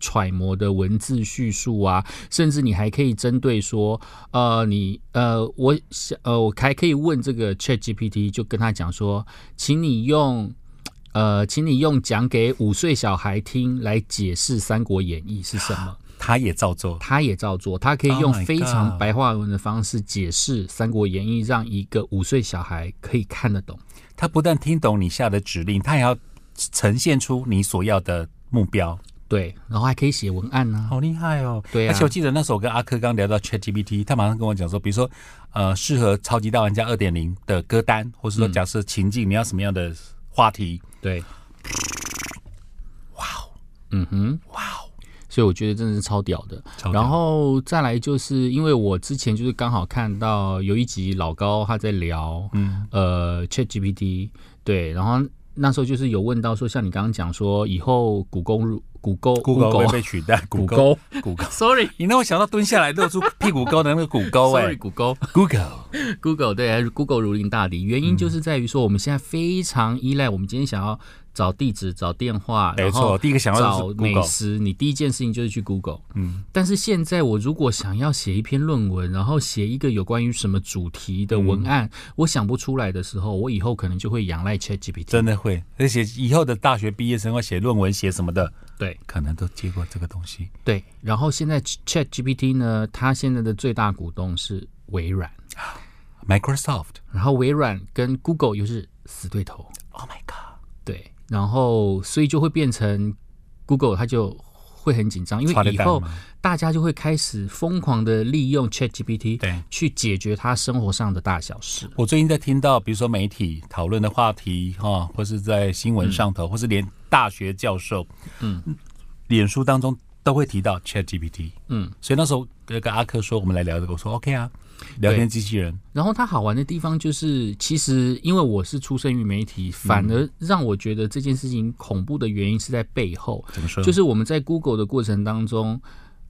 Speaker 1: 揣摩的文字叙述啊，甚至你还可以针对说，呃，你呃，我想呃，我还可以问这个 Chat GPT，就跟他讲说，请你用呃，请你用讲给五岁小孩听来解释《三国演义》是什么。
Speaker 2: 它也照做。
Speaker 1: 他也照做，他可以用
Speaker 2: Oh my
Speaker 1: 非常
Speaker 2: God
Speaker 1: 白话文的方式解释《三国演义》，让一个五岁小孩可以看得懂。
Speaker 2: 它不但听懂你下的指令，它也要呈现出你所要的目标。
Speaker 1: 对，然后还可以写文案呢、啊。
Speaker 2: 好厉害哦！
Speaker 1: 对啊
Speaker 2: 而且我记得那时候我跟阿珂刚聊到 ChatGPT，他马上跟我讲说，比如说，呃，适合超级大玩家二点零的歌单，或是说假设情境，你要什么样的话题？
Speaker 1: 对，哇哦，嗯哼，哇哦，所以我觉得真的是超屌的。
Speaker 2: 超屌
Speaker 1: 然后再来就是因为我之前就是刚好看到有一集老高他在聊，嗯，呃，ChatGPT，对，然后那时候就是有问到说，像你刚刚讲说以后谷歌入谷歌
Speaker 2: ，Google 会被取代，
Speaker 1: 谷
Speaker 2: 谷
Speaker 1: 歌
Speaker 2: 歌，谷歌。
Speaker 1: ，sorry，sorry，
Speaker 2: 你让我想到蹲下来露出屁股沟的那个谷沟 哎、
Speaker 1: 谷歌。
Speaker 2: g o o g l e
Speaker 1: Google 对 Google 如临大敌，原
Speaker 2: 嗯
Speaker 1: 因就是在于说我们现在非常依赖，我们今天想要找地址、找电话，
Speaker 2: 没
Speaker 1: 然后
Speaker 2: 错第一个想要的是
Speaker 1: 找
Speaker 2: Google
Speaker 1: 美食，你第一件事情就是去 Google。嗯，但是现在我如果想要写一篇论文，然后写一个有关于什么主题的文案，
Speaker 2: 嗯
Speaker 1: 我想不出来的时候，我以后可能就会仰赖 ChatGPT。
Speaker 2: 真的会，而且以后的大学毕业生要写论文写什么的，
Speaker 1: 对
Speaker 2: 可能都接过这个东西
Speaker 1: 对，然后现在 ChatGPT 呢，它现在的最大股东是微软，
Speaker 2: ，Microsoft。
Speaker 1: 然后微软跟 Google 又是死对头。
Speaker 2: Oh my god！
Speaker 1: 对，然后所以就会变成 Google 它就会很紧张，因
Speaker 2: 差
Speaker 1: 为
Speaker 2: 得
Speaker 1: 以
Speaker 2: 淡
Speaker 1: 后
Speaker 2: 吗
Speaker 1: 大家就会开始疯狂的利用 ChatGPT
Speaker 2: 对
Speaker 1: 去解决他生活上的大小事。
Speaker 2: 我最近在听到，比如说媒体讨论的话题哈、或是在新闻上
Speaker 1: 嗯
Speaker 2: 头，或是连大学教授，嗯，脸书当中都会提到 Chat GPT。
Speaker 1: 嗯，
Speaker 2: 所以那时候跟阿珂说，我们来聊这个，我说 OK 啊，聊天机器人，
Speaker 1: 然后它好玩的地方就是，其实因为我是出生于媒体，反
Speaker 2: 嗯
Speaker 1: 而让我觉得这件事情恐怖的原因是在背后，
Speaker 2: 怎么说？
Speaker 1: 就是我们在 Google 的过程当中，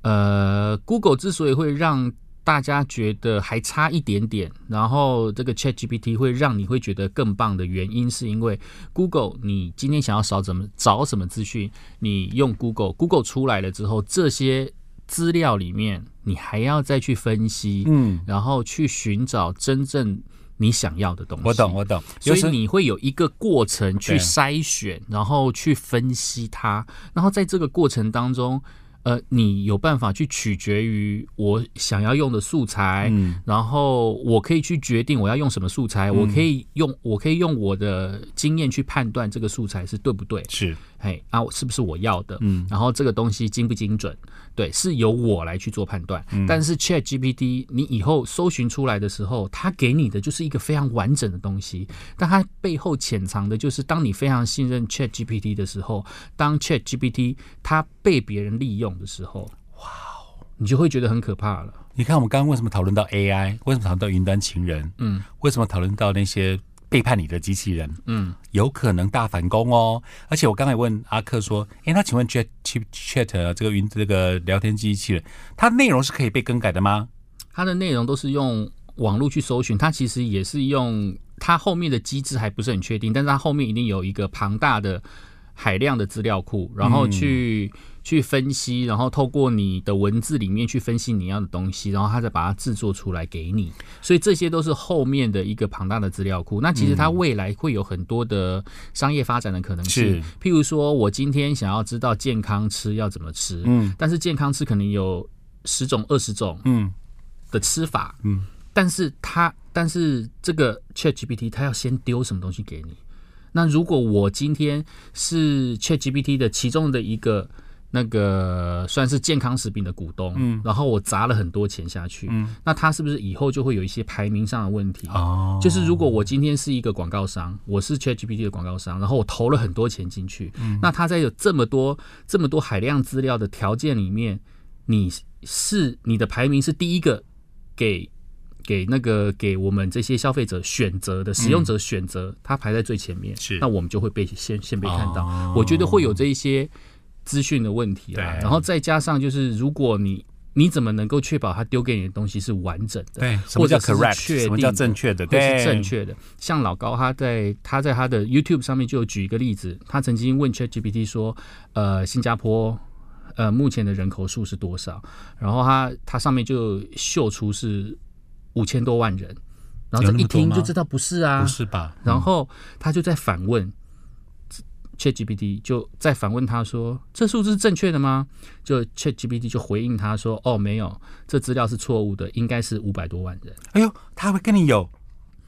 Speaker 1: 呃，Google 之所以会让大家觉得还差一点点，然后这个 ChatGPT 会让你会觉得更棒的原因，是因为 Google 你今天想要找怎么找什么资讯，你用 Google，Google 出来了之后，这些资料里面你还要再去分析，
Speaker 2: 嗯，
Speaker 1: 然后去寻找真正你想要的东西。
Speaker 2: 我懂，我懂。
Speaker 1: 所以
Speaker 2: 有时
Speaker 1: 你会有一个过程去
Speaker 2: 对
Speaker 1: 筛选，然后去分析它，然后在这个过程当中，呃，你有办法去取决于我想要用的素材，
Speaker 2: 嗯
Speaker 1: 然后我可以去决定我要用什么素材，我可以用我可以用我的经验去判断这个素材是对不对，
Speaker 2: 是
Speaker 1: 嘿啊，是不是我要的？嗯，然后这个东西精不精准？对，是由我来去做判断。但是 Chat GPT，你以后搜寻出来的时候，它给你的就是一个非常完整的东西，但它背后潜藏的就是，当你非常信任 Chat GPT 的时候，当 Chat GPT 它被别人利用的时候，哇，哦你就会觉得很可怕了。
Speaker 2: 你看我们刚刚为什么讨论到 AI，为什么讨论到云端情人，
Speaker 1: 嗯，
Speaker 2: 为什么讨论到那些背叛你的机器人，
Speaker 1: 嗯，
Speaker 2: 有可能大反攻哦。而且我刚才问阿克说，诶，那请问 Chat Chat Chat 这个云这个聊天机器人，它内容是可以被更改的吗？
Speaker 1: 它的内容都是用网络去搜寻，它其实也是用它后面的机制还不是很确定，但是它后面一定有一个庞大的海量的资料库，然后去、
Speaker 2: 嗯
Speaker 1: 去分析，然后透过你的文字里面去分析你要的东西，然后它再把它制作出来给你。所以这些都是后面的一个庞大的资料库。那其实
Speaker 2: 嗯
Speaker 1: 它未来会有很多的商业发展的可能性
Speaker 2: 是，
Speaker 1: 譬如说我今天想要知道健康吃要怎么吃，
Speaker 2: 嗯
Speaker 1: 但是健康吃可能有十种二十种，
Speaker 2: 嗯，
Speaker 1: 的吃法，
Speaker 2: 嗯，
Speaker 1: 但是它但是这个 ChatGPT 它要先丢什么东西给你？那如果我今天是 ChatGPT 的其中的一个那个算是健康食品的股东，嗯，然后我砸了很多钱下去，嗯，那它是不是以后就会有一些排名上的问题？
Speaker 2: 哦，
Speaker 1: 就是如果我今天是一个广告商，我是 ChatGPT 的广告商，然后我投了很多钱进去，
Speaker 2: 嗯
Speaker 1: 那它在有这么多这么多海量资料的条件里面，你是你的排名是第一个给给那个给我们这些消费者选择的使用者选择，它排在最前面，
Speaker 2: 是
Speaker 1: 那我们就会被先先被看到。
Speaker 2: 哦
Speaker 1: 我觉得会有这一些资讯的问题啦，
Speaker 2: 对
Speaker 1: 然后再加上就是如果你你怎么能够确保它丢给你的东西是完整的？
Speaker 2: 对，什
Speaker 1: 或
Speaker 2: 么
Speaker 1: 者
Speaker 2: 叫
Speaker 1: 是
Speaker 2: correct？
Speaker 1: 确
Speaker 2: 什么
Speaker 1: 定
Speaker 2: 叫
Speaker 1: 的
Speaker 2: 正确的？
Speaker 1: 会
Speaker 2: 对，
Speaker 1: 是正。确的。像老高他在他在他的 YouTube 上面就有举一个例子，他曾经问 ChatGPT 说，呃，新加坡呃目前的人口数是多少？然后他他上面就秀出是五千多万人，然后
Speaker 2: 有
Speaker 1: 这
Speaker 2: 那
Speaker 1: 一
Speaker 2: 么多
Speaker 1: 听
Speaker 2: 吗
Speaker 1: 就知道不是啊，
Speaker 2: 不是吧？
Speaker 1: 然后他就在反问 ChatGPT，就在反问他说：“这数字是正确的吗？”就 ChatGPT 就回应他说：“哦，没有，这资料是错误的，应该是五百多万人。
Speaker 2: 哎呦，他会跟你有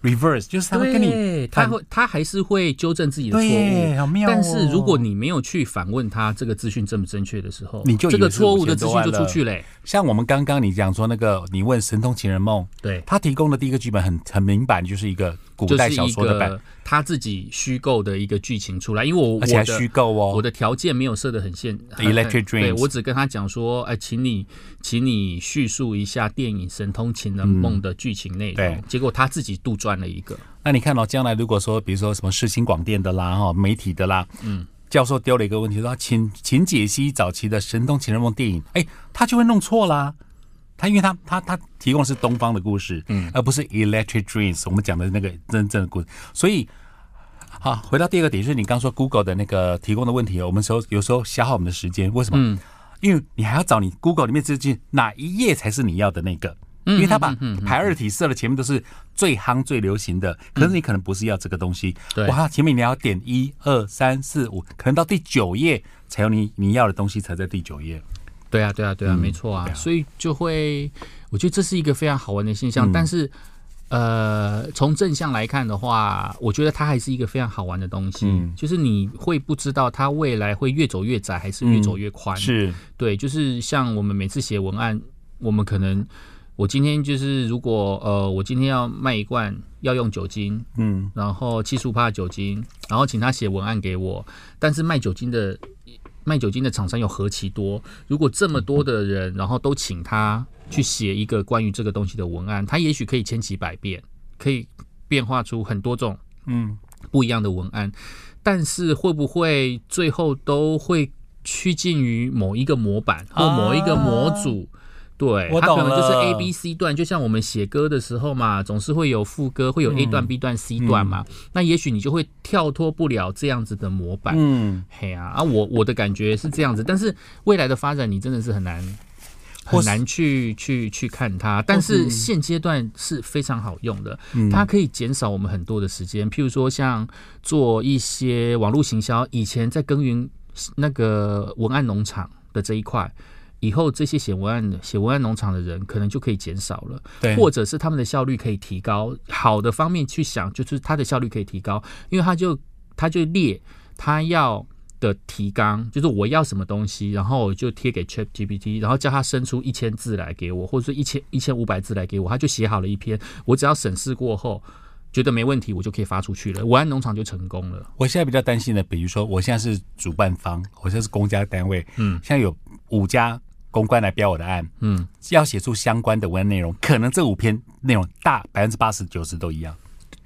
Speaker 2: reverse，就是”他会跟你
Speaker 1: 对，他
Speaker 2: 反
Speaker 1: 会他还是会纠正自己的错误
Speaker 2: 对，。好妙哦。
Speaker 1: 但是如果你没有去反问他这个资讯正不正确的时候，
Speaker 2: 你就以
Speaker 1: 这
Speaker 2: 为
Speaker 1: 个
Speaker 2: 是
Speaker 1: 错误的
Speaker 2: 5000
Speaker 1: 资
Speaker 2: 多
Speaker 1: 讯
Speaker 2: 万
Speaker 1: 就出
Speaker 2: 了
Speaker 1: 去嘞、欸。
Speaker 2: 像我们刚刚你讲说那个，你问《神通情人梦》，
Speaker 1: 对，
Speaker 2: 他提供的第一个剧本很很明白，就是一个古
Speaker 1: 就
Speaker 2: 代
Speaker 1: 是
Speaker 2: 小
Speaker 1: 一
Speaker 2: 说的版
Speaker 1: 个，他自己虚构的一个剧情出来，因为我
Speaker 2: 而且还
Speaker 1: 我的
Speaker 2: 虚构哦。
Speaker 1: 我的条件没有设的很限。很
Speaker 2: Electric
Speaker 1: 对
Speaker 2: Dreams
Speaker 1: 我只跟他讲说，哎，请你，请你叙述一下电影《神通情人梦》的剧情内容。
Speaker 2: 嗯对
Speaker 1: 结果他自己杜撰了一个，
Speaker 2: 那你看哦，将来如果说，比如说什么世新广电的啦，哈，媒体的啦，嗯，教授丢了一个问题说，请请解析早期的《神东情人梦》电影，哎，他就会弄错啦。他因为他他他提供的是东方的故事，嗯，而不是 Electric Dreams 我们讲的那个真正的故事，所以。好，回到第二个点，就是你刚说 Google 的那个提供的问题哦，我们说有时候消耗我们的时间，为什么？
Speaker 1: 嗯
Speaker 2: 因为你还要找你 Google 里面这句哪一页才是你要的那个，
Speaker 1: 嗯
Speaker 2: 因为他把排二体设的前面都是最夯最流行的，可是你可能不是要这个东西，
Speaker 1: 对
Speaker 2: 哇，前面你要点一二三四五，可能到第九页才有你你要的东西才在第九页，
Speaker 1: 对啊，对啊，对啊，没错啊，
Speaker 2: 对啊
Speaker 1: 所以就会，我觉得这是一个非常好玩的现
Speaker 2: 嗯
Speaker 1: 象。但是，呃，从正向来看的话，我觉得它还是一个非常好玩的东西，
Speaker 2: 嗯
Speaker 1: 就是你会不知道它未来会越走越窄，还
Speaker 2: 嗯
Speaker 1: 是越走越宽。
Speaker 2: 是
Speaker 1: 对，就是像我们每次写文案，我们可能我今天就是如果呃，我今天要卖一罐要用酒精，
Speaker 2: 嗯，
Speaker 1: 然后七十五帕酒精，然后请他写文案给我，但是卖酒精的。卖酒精的厂商有何其多？如果这么多的人，然后都请他去写一个关于这个东西的文案，他也许可以千奇百变，可以变化出很多种
Speaker 2: 嗯
Speaker 1: 不一样的文案，但是会不会最后都会趋近于某一个模板或
Speaker 2: 啊
Speaker 1: 某一个模组？对，
Speaker 2: 我
Speaker 1: 它
Speaker 2: 懂
Speaker 1: 可能就是 A
Speaker 2: 了
Speaker 1: B C 段，就像我们写歌的时候嘛，总是会有副歌，会有 A
Speaker 2: 嗯
Speaker 1: 段、B 段、C 段嘛。那也许你就会跳脱不了这样子的模板。
Speaker 2: 嗯，
Speaker 1: 嘿啊，啊，我我的感觉是这样子，但是未来的发展你真的是很难。
Speaker 2: 或
Speaker 1: 很
Speaker 2: 是
Speaker 1: 难去去去看它，但是现阶段是非常好用的，
Speaker 2: 嗯
Speaker 1: 它可以减少我们很多的时间。譬如说，像做一些网络行销，以前在耕耘那个文案农场的这一块，以后这些写文案的写文案农场的人，可能就可以减少了。
Speaker 2: 对，
Speaker 1: 或者是他们的效率可以提高。好的方面去想，就是它的效率可以提高，因为它就它就列它要的提纲，就是我要什么东西，然后我就贴给 Chat GPT，然后叫它生出一千字来给我，或者是一千一千五百字来给我，它就写好了一篇，我只要审视过后。觉得没问题，我就可以发出去了。文案农场就成功了。
Speaker 2: 我现在比较担心的，比如说我现在是主办方，我现在是公家单位，嗯，现在有五家公关来标我的案，
Speaker 1: 嗯，
Speaker 2: 要写出相关的文案内容，可能这五篇内容大百分之八十九十都一样。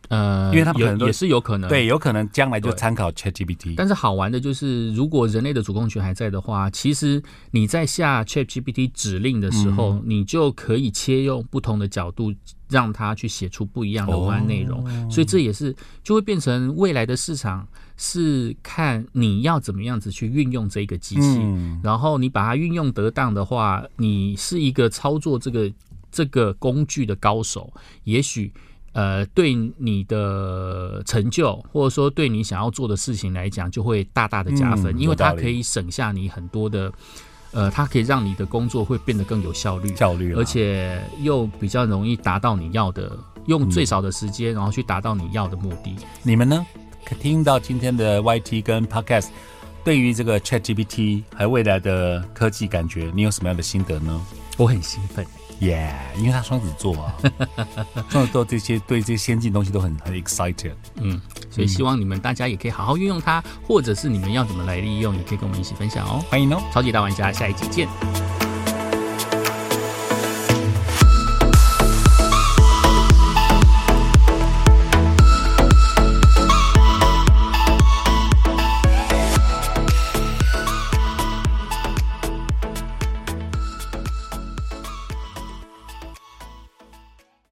Speaker 1: 呃，
Speaker 2: 因为他们可能
Speaker 1: 有
Speaker 2: 都
Speaker 1: 也是有可能。
Speaker 2: 对，有可能将来就
Speaker 1: 嗯对
Speaker 2: 参考 ChatGPT。
Speaker 1: 但是好玩的就是，如果人类的主控权还在的话，其实你在下 ChatGPT 指令的时候，你就可以切用不同的角度，让它去写出不一样的文案内容。所以这也是就会变成未来的市场是看你要怎么样子去运用这个机器，
Speaker 2: 嗯
Speaker 1: 然后你把它运用得当的话，你是一个操作这个这个工具的高手，也许。呃，对你的成就，或者说对你想要做的事情来讲，就会大大的加分，
Speaker 2: 嗯
Speaker 1: 因为
Speaker 2: 有道
Speaker 1: 它
Speaker 2: 理
Speaker 1: 可以省下你很多的，呃，它可以让你的工作会变得更有效率，
Speaker 2: 效率啦，
Speaker 1: 而且又比较容易达到你要的，用最少的时间，然后去达到你要的目的。
Speaker 2: 你们呢？可听到今天的 YT 跟 Podcast，对于这个 ChatGPT 还有未来的科技，感觉你有什么样的心得呢？
Speaker 1: 我很兴奋，
Speaker 2: 耶、因为他双子座 啊，双子座这些对这些先进东西都很很 excited。
Speaker 1: 嗯，所以希望你们大家也可以好好运用它，或者是你们要怎么来利用，也可以跟我们一起分享哦。
Speaker 2: 欢迎哦。
Speaker 1: 超级大玩家，下一集见。